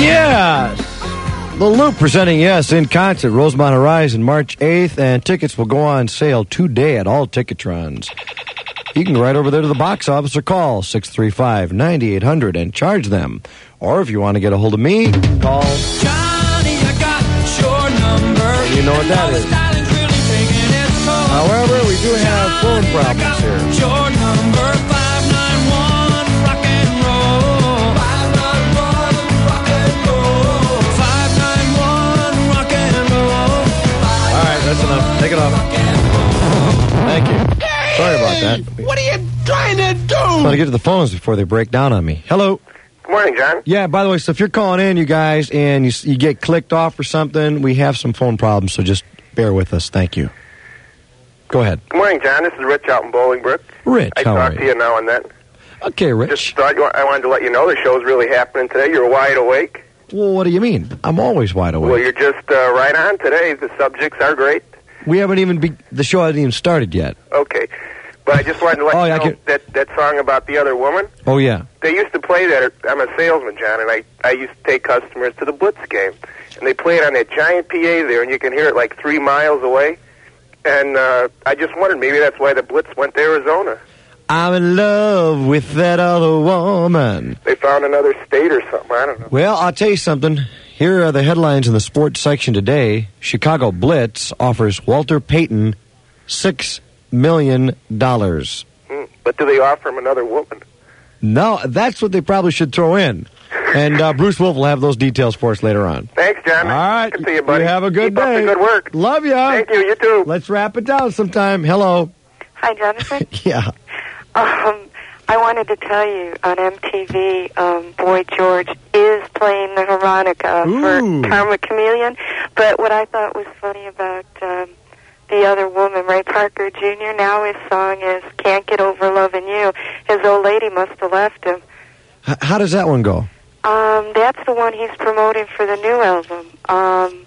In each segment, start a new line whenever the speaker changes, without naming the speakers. Yes! The Loop presenting Yes in concert, Rosemont Horizon, March 8th, and tickets will go on sale today at all Ticketrons. You can go right over there to the box office or call 635 9800 and charge them. Or if you want to get a hold of me, call.
Johnny, I got your number.
You know what that
And all
is.
the styling's really taking its toll.
However, we do have phone problems here.
Your number 591 rock and roll. 591 rock and roll. 591 rock and roll.
All right, that's enough. Take it off. Thank you. Sorry about that.
What are you trying to do?
I want to get to the phones before they break down on me. Hello.
Good morning, John.
Yeah, by the way, so if you're calling in, you guys, and you, s- you get clicked off or something, we have some phone problems, so just bear with us. Thank you. Go ahead.
Good morning, John. This is Rich out in Bolingbrook.
Rich,
I
how
talk
are
to
you?
you now and then.
Okay, Rich.
Just thought you, I wanted to let you know the show's really happening today. You're wide awake.
Well, what do you mean? I'm always wide awake.
Well, you're just uh, right on today. The subjects are great.
we haven't even, be- the show hasn't even started yet.
Okay. But I just wanted to let
Oh,
you
yeah, I
know
can-
that, that song about the other woman.
Oh, yeah.
They used to play that. At, I'm a salesman, John, and I, I used to take customers to the Blitz game. And they play it on that giant PA there, and you can hear it like three miles away. And uh, I just wondered, maybe that's why the Blitz went to Arizona.
I'm in love with that other woman.
They found another state or something. I don't know.
Well, I'll tell you something. Here are the headlines in the sports section today. Chicago Blitz offers Walter Payton $6 million.
Hmm. But do they offer him another woman?
No, that's what they probably should throw in. And uh, Bruce Wolf will have those details for us later on.
Thanks, John.
All right.
Good to see you, buddy.
have a good
Keep up
day.
the good work.
Love ya.
Thank you. You too.
Let's wrap it down sometime. Hello.
Hi, Jonathan.
Yeah.
um, I wanted to tell you on MTV, um, Boy George is playing the harmonica
Ooh.
for Karma Chameleon. But what I thought was funny about um, the other woman, Ray Parker Jr., now his song is Can't Get Over Loving You. His old lady must have left him.
H- how does that one go?
Um, that's the one he's promoting for the new album. Um,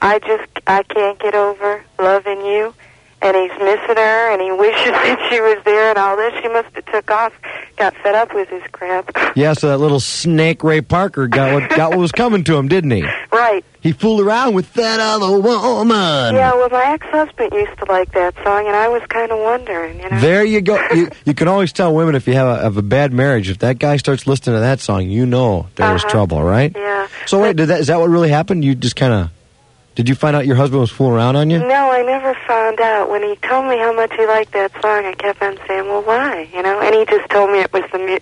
I just I can't get over loving you, and he's missing her, and he wishes that she was there and all this. She must have took off, got fed up with his crap.
Yeah, so that uh, little snake Ray Parker got what, got what was coming to him, didn't he?
right?
He fooled around with that other woman.
Yeah. Well, my ex-husband used to like that song, and I was kind of wondering, you know.
There you go. You, you can always tell women if you have a, have a bad marriage. If that guy starts listening to that song, you know there's
Uh-huh.
trouble, right?
yeah.
So wait, did that, is that what really happened? You just kind of did you find out your husband was fooling around on you?
No, I never found out. When he told me how much he liked that song, I kept on saying, "Well, why?" You know, and he just told me it was the mu-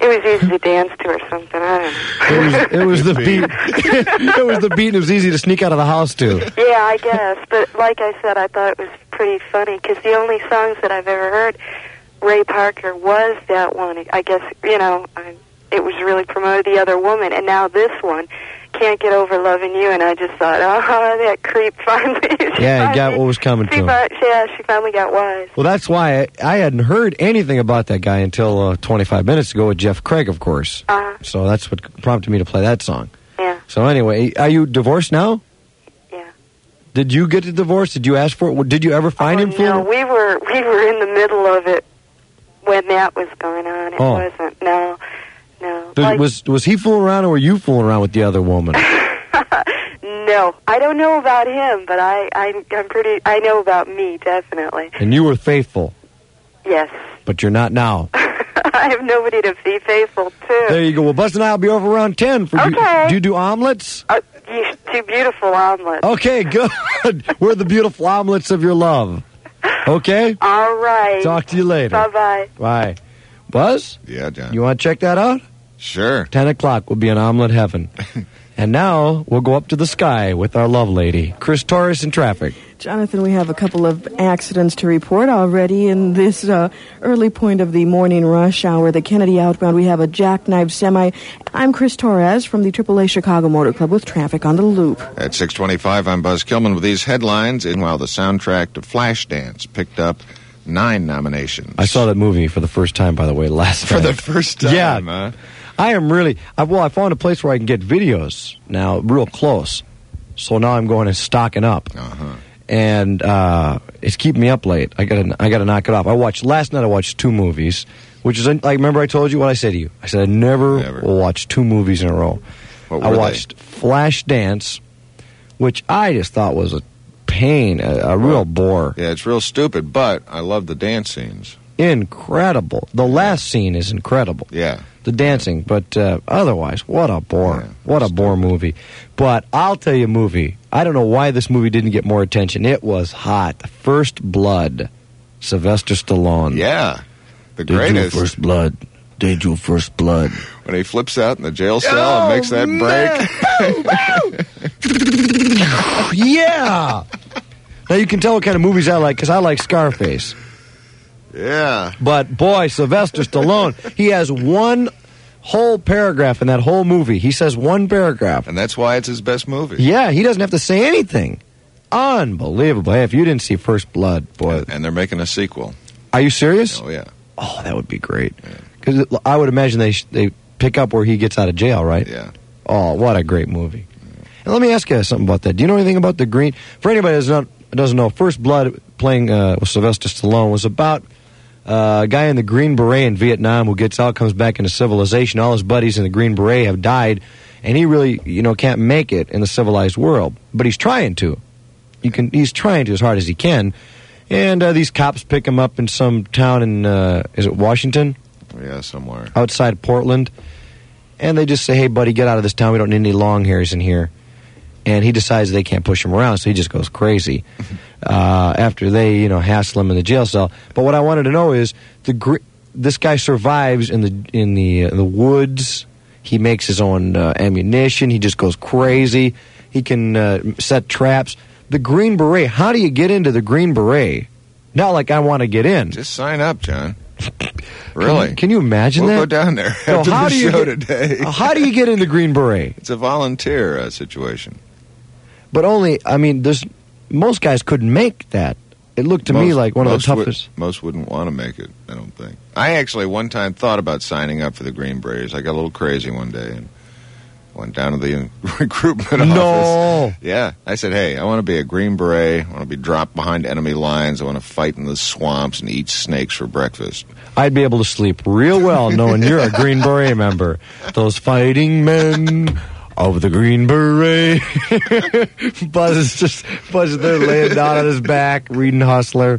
it was easy to dance to or something. I don't know.
It was, it was the beat. it was the beat. and It was easy to sneak out of the house to.
Yeah, I guess. But like I said, I thought it was pretty funny because the only songs that I've ever heard Ray Parker was that one. I guess you know I, it was really promoted the other woman, and now this one can't get over loving you. And I just thought, oh, that creep finally. she
Yeah, he got
finally-
what was coming to
She,
him.
fi- yeah, she finally got wise.
Well, that's why I, I hadn't heard anything about that guy until uh, 25 minutes ago with Jeff Craig, of course.
Uh,
So that's what prompted me to play that song.
yeah,
So anyway, are you divorced now?
yeah.
Did you get a divorce? Did you ask for it? Did you ever find
oh,
him?
No,
fooling?
we were we were in the middle of it when that was going on. It
Oh.
wasn't. No, no.
Did-
Like-
was was he fooling around, or were you fooling around with the other woman?
no, I don't know about him, but I, I I'm pretty. I know about me definitely.
and you were faithful,
Yes,
but you're not now.
I have nobody to be faithful to.
There you go. Well, Buzz and I'll be over around 10. For you-
Okay.
do you do omelets?
uh, you two beautiful omelets.
Okay, good. We're the beautiful omelets of your love. Okay?
All right.
Talk to you later.
Bye bye.
Bye. Buzz,
Yeah, John.
you want to check that out?
sure.
10 o'clock will be an omelet heaven. and now we'll go up to the sky with our love lady, Chris Torres in traffic.
Jonathan, we have a couple of accidents to report already in this uh, early point of the morning rush hour. The Kennedy outbound, we have a jackknife semi. I'm Chris Torres from the AAA Chicago Motor Club with traffic on the loop.
At 625, I'm Buzz Kilman with these headlines. And while the soundtrack to Flashdance picked up nine nominations.
I saw that movie for the first time, by the way, last
For the
night.
first time,
Yeah.
huh?
I am really. I, well, I found a place where I can get videos now, real close. So now I'm going and stocking up,
Uh-huh.
and uh, it's keeping me up late. I got to. I got to knock it off. I watched last night. I watched two movies, which is. I remember I told you what I said to you. I said I never,
Never.
will watch two movies in a row.
What
I
were they?
watched Flashdance, which I just thought was a pain, a, a real bore.
Yeah, it's real stupid, but I love the dance scenes.
Incredible. The last scene is incredible.
Yeah.
The dancing, but uh, otherwise, what a bore.
Yeah,
what a
stupid.
bore movie. But I'll tell you a movie. I don't know why this movie didn't get more attention. It was hot. First Blood. Sylvester Stallone.
Yeah. The
Did
greatest.
you first blood? Did you first blood?
When he flips out in the jail cell
Oh,
and makes that break.
yeah. Now you can tell what kind of movies I like because I like Scarface.
Yeah.
But boy, Sylvester Stallone, he has one whole paragraph in that whole movie. He says one paragraph.
And that's why it's his best movie.
Yeah, he doesn't have to say anything. Unbelievable. Hey, if you didn't see First Blood, boy,
And they're making a sequel.
are you serious?
Oh, yeah.
Oh, that would be great. Because I would imagine they sh- they pick up where he gets out of jail, right?
Yeah.
Oh, what a great movie! And let me ask you something about that. Do you know anything about the Green? For anybody that's not doesn't know, First Blood playing uh, with Sylvester Stallone was about uh, a guy in the Green Beret in Vietnam who gets out, comes back into civilization. All his buddies in the Green Beret have died, and he really you know can't make it in the civilized world, but he's trying to. You can. He's trying to as hard as he can. And uh, these cops pick him up in some town in uh, is it Washington?
Yeah, somewhere.
outside of Portland, and they just say, "Hey, buddy, get out of this town. We don't need any long hairs in here." And he decides they can't push him around, so he just goes crazy. Uh, after they, you know, hassle him in the jail cell. But what I wanted to know is the gr- this guy survives in the in the uh, the woods. He makes his own uh, ammunition. He just goes crazy. He can uh, set traps. The Green Beret. How do you get into the Green Beret? Not like I want to get in.
Just sign up, John.
Can you-
Really?
Can, you imagine
we'll
that?
go down there
No,
after
how
the
do you
show
get,
today.
how do you get in the Green Beret?
It's a volunteer uh, situation.
But only, I mean, there's most guys couldn't make that. It looked to me
Most-
like one of the
most would-
toughest.
most wouldn't want to make it, I don't think. I actually one time thought about signing up for the Green Berets. I got a little crazy one day and went down to the recruitment office.
no,
Yeah, I said, hey, I want to be a Green Beret. I want to be dropped behind enemy lines. I want to fight in the swamps and eat snakes for breakfast.
I'd be able to sleep real well knowing you're a Green Beret member. Those fighting men of the Green Beret. Buzz is just Buzz is there laying down on his back reading Hustler.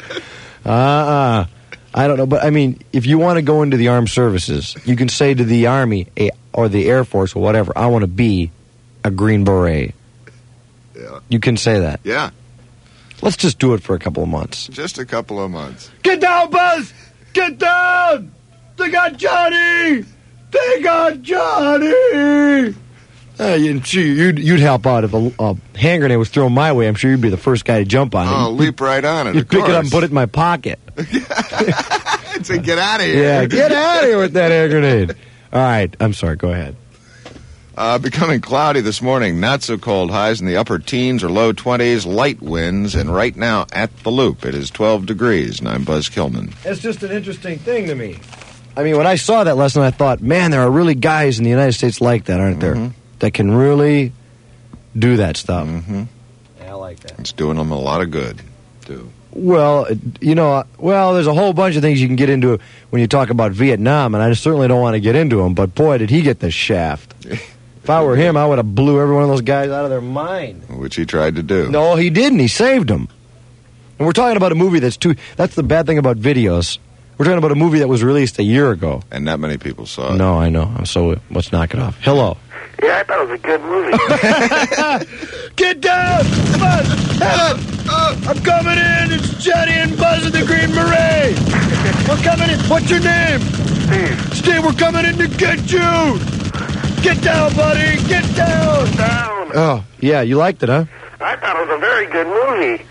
Uh uh I don't know, but I mean, if you want to go into the armed services, you can say to the Army eh, or the Air Force or whatever, I want to be a Green Beret.
Yeah.
You can say that.
Yeah,
Let's just do it for a couple of months.
just a couple of months.
Get down, Buzz! Get down! They got Johnny! They got Johnny! Uh, you, gee, you'd, you'd help out if a, a hand grenade was thrown my way. I'm sure you'd be the first guy to jump on it.
I'll leap right on it.
you'd
Oh, of
pick it up and
course.
put it in my pocket.
I'd say, get out of here.
Yeah, get out of here with that hand grenade. All right, I'm sorry. Go ahead.
Uh, becoming cloudy this morning. Not so cold. Highs in the upper teens or low 20s. Light winds. And right now at the loop, it is 12 degrees. And I'm Buzz Kilman.
It's just an interesting thing to me. I mean, when I saw that lesson, I thought, man, there are really guys in the United States like that, aren't
Mm-hmm.
there? That can really do that stuff.
Mhm.
Yeah, I like that.
It's doing them a lot of good, too.
Well, you know, uh, well, there's a whole bunch of things you can get into when you talk about Vietnam, and I certainly don't want to get into him. But boy, did he get the shaft! if I were him, I would have blew every one of those guys out of their mind.
Which he tried to do.
No, he didn't. He saved them. And we're talking about a movie that's too. That's the bad thing about videos. We're talking about a movie that was released a year ago.
And not many people saw it.
no, I know. I'm so. Let's knock it off. Hello.
Yeah, I thought it was a good movie.
Get down! Buzz! Up! Up! I'm coming in! It's Johnny and Buzz in the Green Beret! We're coming in! What's your name?
Steve,
Steve, we're coming in to get you! Get down, buddy! Get down!
down.
Oh, yeah, you liked it, huh?
I thought it was a very good movie.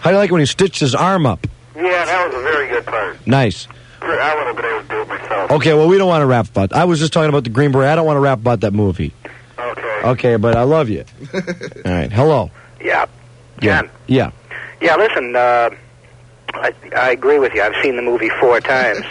How do you like it when he stitched his arm up?
Yeah, that was a very good part.
Nice.
I would have been able to do it myself.
Okay, well, we don't want to rap about I was just talking about the Green Beret. I don't want to rap about that movie.
Okay.
Okay, but I love you. All right, hello.
Yeah.
Yeah.
Jan.
Yeah.
Yeah, listen, uh, I, I agree with you. I've seen the movie four times.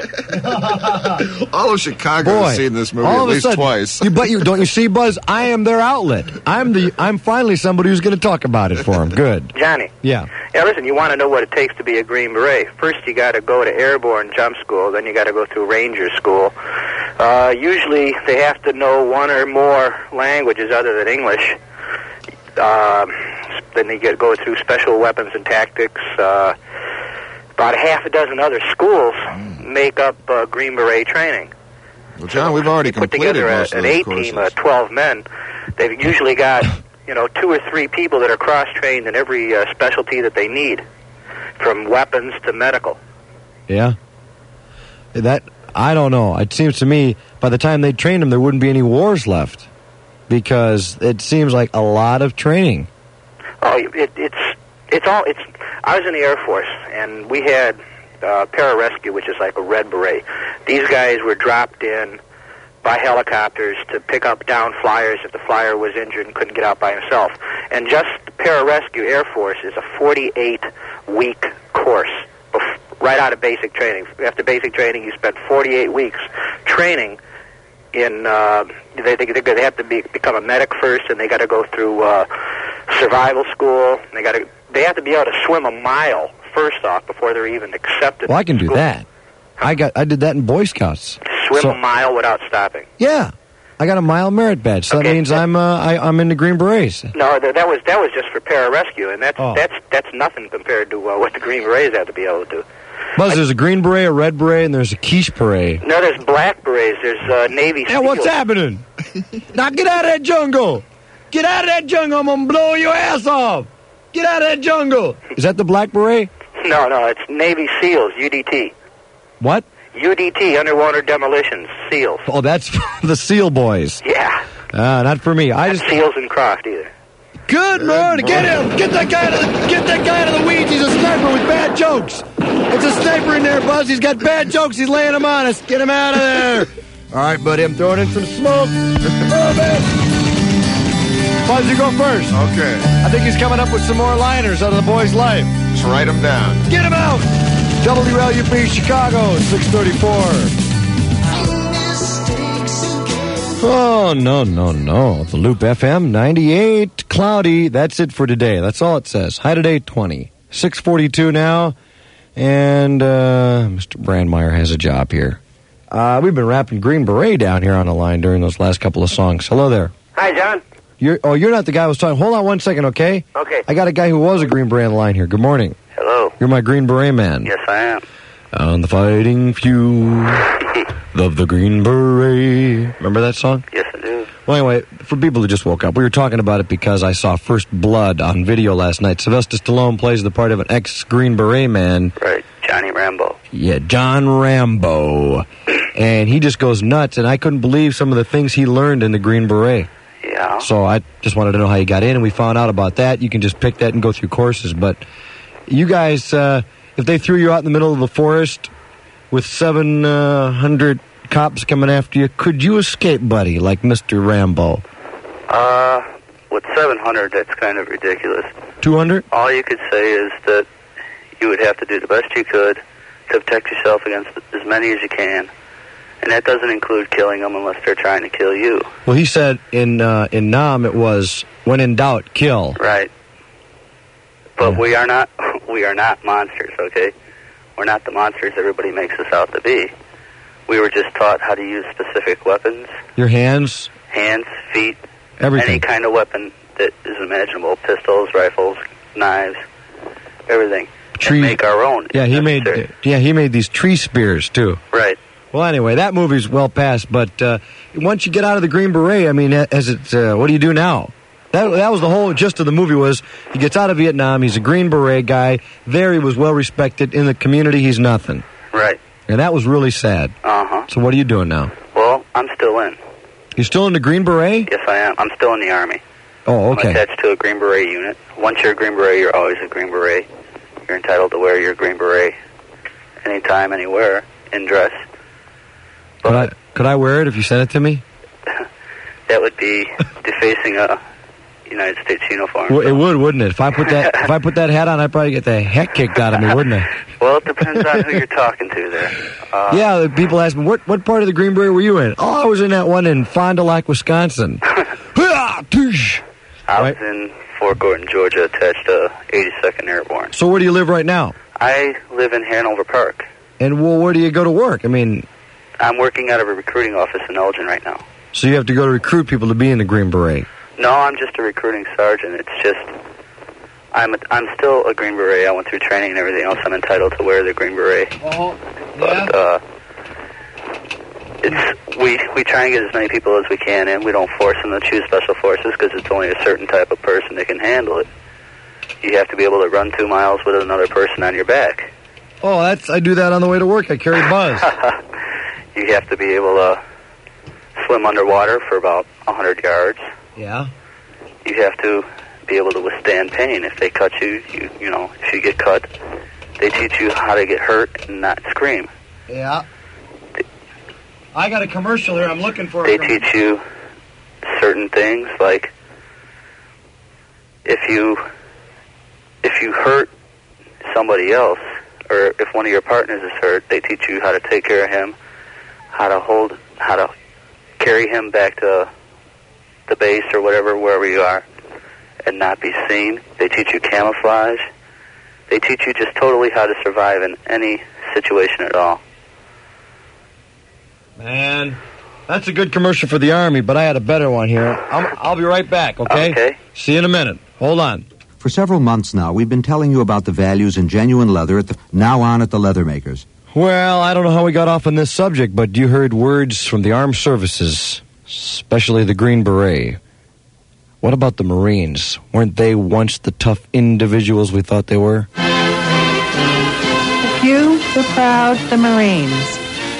All of Chicago
Boy,
has seen this movie
all
at
of a
least
sudden,
twice.
You, but you don't you see, Buzz? I am their outlet. I'm the. I'm finally somebody who's going to talk about it for him. Good.
Johnny.
Yeah.
Yeah, listen, you want to know what it takes to be a Green Beret. First, you got to go to airborne jump school. Then you got to go through ranger school. Uh, usually, they have to know one or more languages other than English. Um, then they get go through special weapons and tactics. Uh, about a half a dozen other schools make up uh, Green Beret training.
Well, John, we've already
Put
completed
together
most
a,
of
an uh,
those
eight
courses.
team of twelve men. They've usually got you know two or three people that are cross trained in every uh, specialty that they need, from weapons to medical.
Yeah. That I don't know. It seems to me by the time they trained them, there wouldn't be any wars left because it seems like a lot of training.
Oh, it, it's it's all it's. I was in the Air Force, and we had uh, pararescue, which is like a red beret. These guys were dropped in by helicopters to pick up down flyers if the flyer was injured and couldn't get out by himself. And just the pararescue Air Force is a 48 week course. bef- Right out of basic training. After basic training, you spend 48 weeks training in uh, they, they they have to be, become a medic first, and they got to go through uh, survival school. They got to they have to be able to swim a mile first off before they're even accepted.
Well, I can
to
do
school.
that. I got I did that in Boy Scouts.
Swim
So-
a mile without stopping.
Yeah, I got a mile merit badge, so that
Okay.
means I'm uh, I, I'm in the Green Berets.
No, that, that was that was just for pararescue, and that's
Oh.
that's that's nothing compared to uh, what the Green Berets have to be able to do.
Buzz, there's a Green Beret, a Red Beret, and there's a Quiche Beret.
No, there's black berets. There's uh, Navy
Now what's
SEALs.
happening? now get out of that jungle! Get out of that jungle! I'm gonna blow your ass off! Get out of that jungle! Is that the Black Beret?
No, no, it's Navy SEALs, UDT,
What?
UDT, underwater demolitions, SEALs.
Oh, that's the Seal Boys.
Yeah,
Uh, not for me. I just
SEALs and Croft either.
Good Lord, get him! Get that guy to the get that guy out of the weeds. He's a sniper with bad jokes. It's a sniper in there, Buzz. He's got bad jokes. He's laying them on us. Get him out of there. All right, buddy. I'm throwing in some smoke. Move it. Buzz, you go first.
Okay,
I think he's coming up with some more liners out of the boy's life.
just write them down.
Get him out. WLUP Chicago, 634. Oh, no, no, no. The Loop FM 98, cloudy. That's it for today. That's all it says. High today, 20. 642 now. And uh, Mr. Brandmeier has a job here. Uh, we've been rapping Green Beret down here on the line during those last couple of songs. Hello there.
Hi, John.
You're, oh, you're not the guy I was talking. Hold on one second, okay?
Okay.
I got a guy who was a Green Beret on the line here. Good morning.
Hello.
You're my Green Beret man.
Yes, I am.
On the fighting few of the Green Beret. Remember that song?
Yes, I do.
Well, anyway, for people who just woke up, we were talking about it because I saw First Blood on video last night. Sylvester Stallone plays the part of an ex Green Beret man,
Right, Johnny Rambo.
yeah, John Rambo. And he just goes nuts, and I couldn't believe some of the things he learned in the Green Beret.
Yeah.
So I just wanted to know how you got in, and we found out about that. You can just pick that and go through courses. But you guys, uh, if they threw you out in the middle of the forest with 700 cops coming after you, could you escape, buddy, like Mr. Rambo?
Uh, with 700, that's kind of ridiculous.
200?
All you could say is that you would have to do the best you could to protect yourself against as many as you can. And that doesn't include killing them unless they're trying to kill you.
Well, he said in uh, in Nam it was, when in doubt, kill.
Right. But we are not we are not monsters, okay? We're not the monsters everybody makes us out to be. We were just taught how to use specific weapons,
Your hands,
hands, feet, any
everything.
kind of weapon that is imaginable pistols rifles knives everything
Tree-
and make our own if
Yeah, he made
necessary.
yeah he made these tree spears too.
right
Well, anyway, that movie's well past. But uh, once you get out of the Green Beret, I mean, as it, uh, what do you do now? That, that was the whole gist of the movie was he gets out of Vietnam. He's a Green Beret guy. There, he was well respected in the community. He's nothing,
right
and that was really sad.
uh-huh
So, what are you doing now?
well i'm still in
You're still in the Green Beret?
yes i am i'm still in the army
Oh,
i'm
okay.
attached to a green beret unit once you're a green beret you're always a green beret you're entitled to wear your green beret anytime anywhere in dress
Could I, could I wear it if you sent it to me?
that would be defacing a united states uniform
Well, it would, wouldn't it? If I put that if I put that hat on, I'd probably get the heck kicked out of me, wouldn't I?
well it depends on who you're talking to there uh,
Yeah, the people ask me, what, what part of the Green Beret were you in? Oh, I was in that one in Fond du Lac, Wisconsin. Hoo-ah, toosh.
I
Right.
was in
Fort Gordon, Georgia, attached to 82nd Airborne.
So where do you live right now?
I live in Hanover Park.
And well, where do you go to work? I mean,
I'm working out of a recruiting office in Elgin right now.
so you have to go to recruit people to be in the Green Beret.
No, I'm just a recruiting sergeant. It's just I'm a, I'm still a Green Beret. I went through training and everything else. I'm entitled to wear the Green Beret.
Oh,
But uh, it's we we try and get as many people as we can in. We don't force them to choose special forces because it's only a certain type of person that can handle it. You have to be able to run two miles with another person on your back.
Oh, that's I do that on the way to work. I carry Buzz.
You have to be able to swim underwater for about 100 yards.
yeah.
you have to be able to withstand pain. If they cut you, you you know, if you get cut, they teach you how to get hurt and not scream.
Yeah. I got a commercial here. I'm looking for
They teach you certain things like if you if you hurt somebody else or if one of your partners is hurt, they teach you how to take care of him, how to hold how to carry him back to the base or whatever wherever you are and not be seen. They teach you camouflage. They teach you just totally how to survive in any situation at all.
Man, that's a good commercial for the Army, but I had a better one here. I'm, I'll be right back, okay?
Okay.
See you in a minute. Hold on.
For several months now, we've been telling you about the values in genuine leather at the now on at the Leathermakers.
Well, I don't know how we got off on this subject, but you heard words from the armed services, especially the Green Beret. What about the Marines? Weren't they once the tough individuals we thought they were?
The few, the proud, the Marines.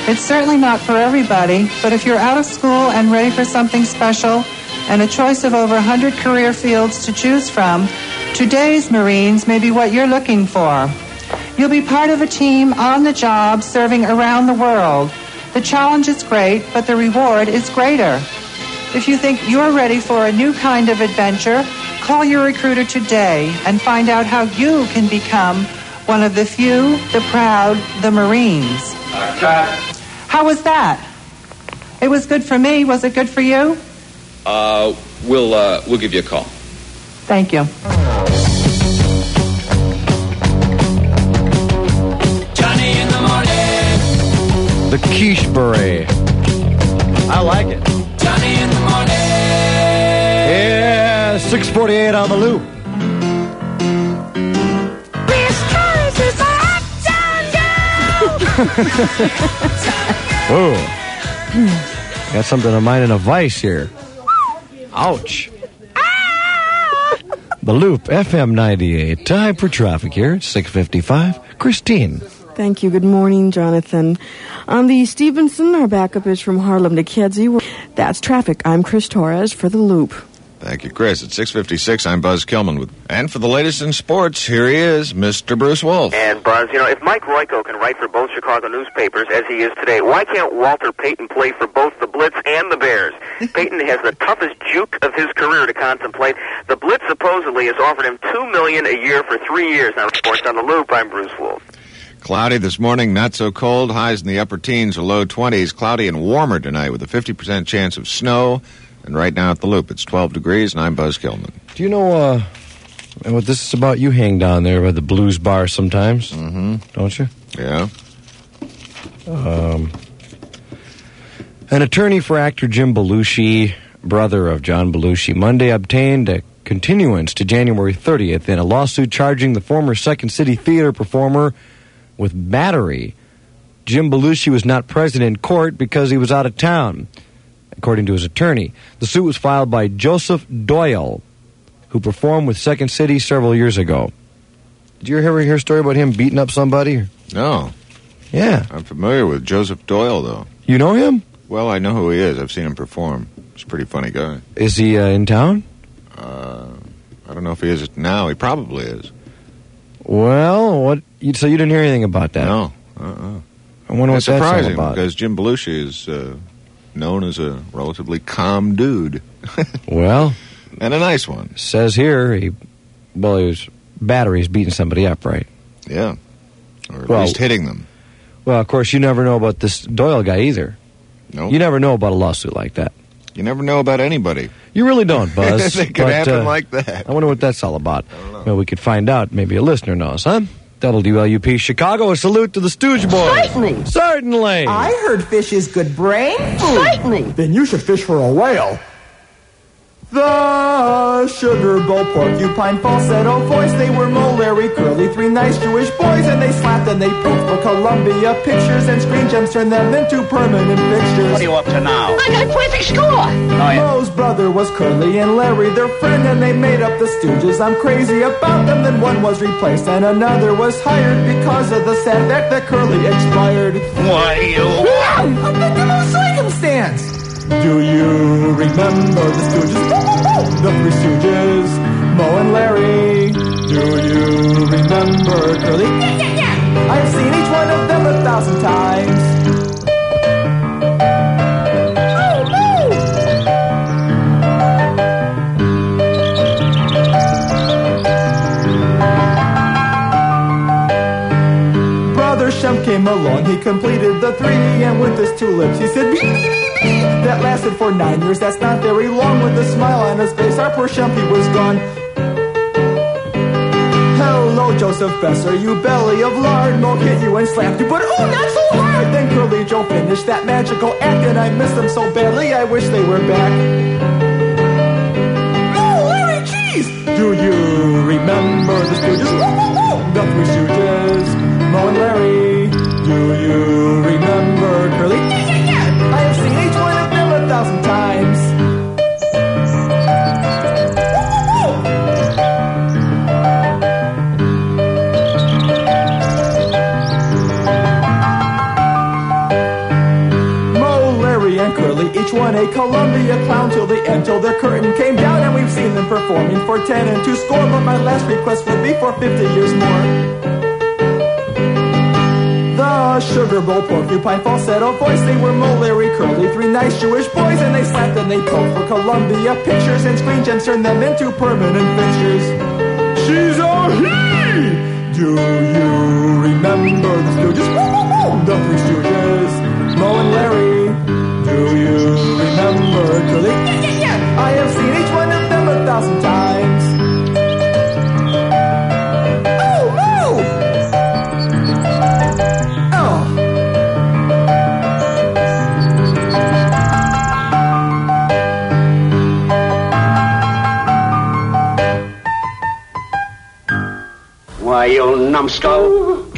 It's certainly not for everybody, but if you're out of school and ready for something special and a choice of over 100 career fields to choose from, today's Marines may be what you're looking for. You'll be part of a team on the job serving around the world. The challenge is great, but the reward is greater. If you think you're ready for a new kind of adventure, call your recruiter today and find out how you can become one of the few, the proud, the Marines. How was that? It was good for me. Was it good for you?
Uh, we'll uh, we'll give you a call.
Thank you.
Johnny in the morning,
The Quiche Beret. I like it.
Johnny in the morning.
Yeah, 648 on the loop. Whoa. Got something of mine in a vice here. Ouch. The Loop, FM 98. Time for traffic here at 655. Christine.
Thank you. Good morning, Jonathan. On the Stevenson, our backup is from Harlem to Kedzie. That's traffic. I'm Chris Torres for The Loop.
Thank you, Chris. At 6.56, I'm Buzz Kilman. With, and for the latest in sports, here he is, Mr. Bruce Wolf.
And Buzz, you know, if Mike Royko can write for both Chicago newspapers as he is today, why can't Walter Payton play for both the Blitz and the Bears? Payton has the toughest juke of his career to contemplate. The Blitz supposedly has offered him two million a year for three years. Now, reports on the loop. I'm Bruce Wolf.
Cloudy this morning, not so cold. Highs in the upper teens or low 20s. Cloudy and warmer tonight with a 50% chance of snow. And right now at the loop, it's 12 degrees, and I'm Buzz Kilman.
Do you know uh, what this is about? You hang down there by the blues bar sometimes,
Mm-hmm.
don't you?
Yeah.
An attorney for actor Jim Belushi, brother of John Belushi, Monday obtained a continuance to January 30th in a lawsuit charging the former Second City Theater performer with battery. Jim Belushi was not present in court because he was out of town, according to his attorney. The suit was filed by Joseph Doyle, who performed with Second City several years ago. Did you ever hear a story about him beating up somebody?
No,
Yeah.
I'm familiar with Joseph Doyle, though.
You know him?
Well, I know who he is. I've seen him perform. He's a pretty funny guy.
Is he uh, in town?
Uh, I don't know if he is now. He probably is.
Well, what? You, so you didn't hear anything about that?
No. Uh-uh.
I wonder what
It's surprising
that's all about.
because Jim Belushi is uh, known as a relatively calm dude
Well,
and a nice one.
says here he, well, he was batteries beating somebody up, right?
Yeah. Or at
Well-
least hitting them.
Well, of course, you never know about this Doyle guy either.
No.
You never know about a lawsuit like that.
You never know about anybody.
You really don't, Buzz.
They could
but, uh,
happen like that.
I wonder what that's all about. Well, we could find out. Maybe a listener knows, huh? That'll WLUP Chicago. A salute to the Stooge Boys.
Certainly.
Certainly.
I heard fish is good brain food. Certainly.
Then you should fish for a whale.
The sugar bowl porcupine falsetto voice. They were molary curly, three nice Jewish boys, and they slapped and they pooped for Columbia Pictures and Screen Gems turned them into permanent pictures. What are you Oh, up to now?
I got a perfect score.
Moe's brother was Curly and Larry, their friend, and they made up the Stooges. I'm crazy about them. Then one was replaced and another was hired because of the sad fact that Curly expired.
Why, you-
Wow! A victim of circumstance. Do you remember the Stooges? Woo, woo, woo! The Three Stooges, Mo and Larry. Do you remember Curly? Yeah, yeah, yeah! I've seen each one of them a thousand times. Oh, Brother Shem came along, he completed the three, and with his two lips he said, "Bee, bee, bee, bee." That lasted for nine years, that's not very long. With a smile on his face, our poor Shem, he was gone. Hello, Joseph Besser, you belly of lard, Moke hit you and slapped you, but ooh, not so hard! Then Curly Joe finished that magical act, and I miss them so badly, I wish they were back. No, Larry, jeez! Do you remember the Stooges? Woo, woo, woo! oh! The Three Stooges, Mo and Larry. Do you remember Curly? Yeah, yeah, yeah! I have seen each one of them a thousand times. Oh, Mo, Larry, and Curly, each one a Columbia clown till the end, till the curtain came down, and we've seen them performing for ten and two score. But my last request will be for fifty years more. The Sugar Bowl Porcupine falsetto voice, they were Mo, Larry, Curly, three nice Jewish boys, and they slapped and they poked for Columbia Pictures and Screen Gems turned them into permanent fixtures. She's a he. Do you remember the Stooges? Woo, woo, woo! The Three Stooges, Mo and Larry. Do you remember Curly? Yeah, yeah, yeah! I have seen each one of them a thousand times. Oh, Mo! Oh.
Why, you numbskull.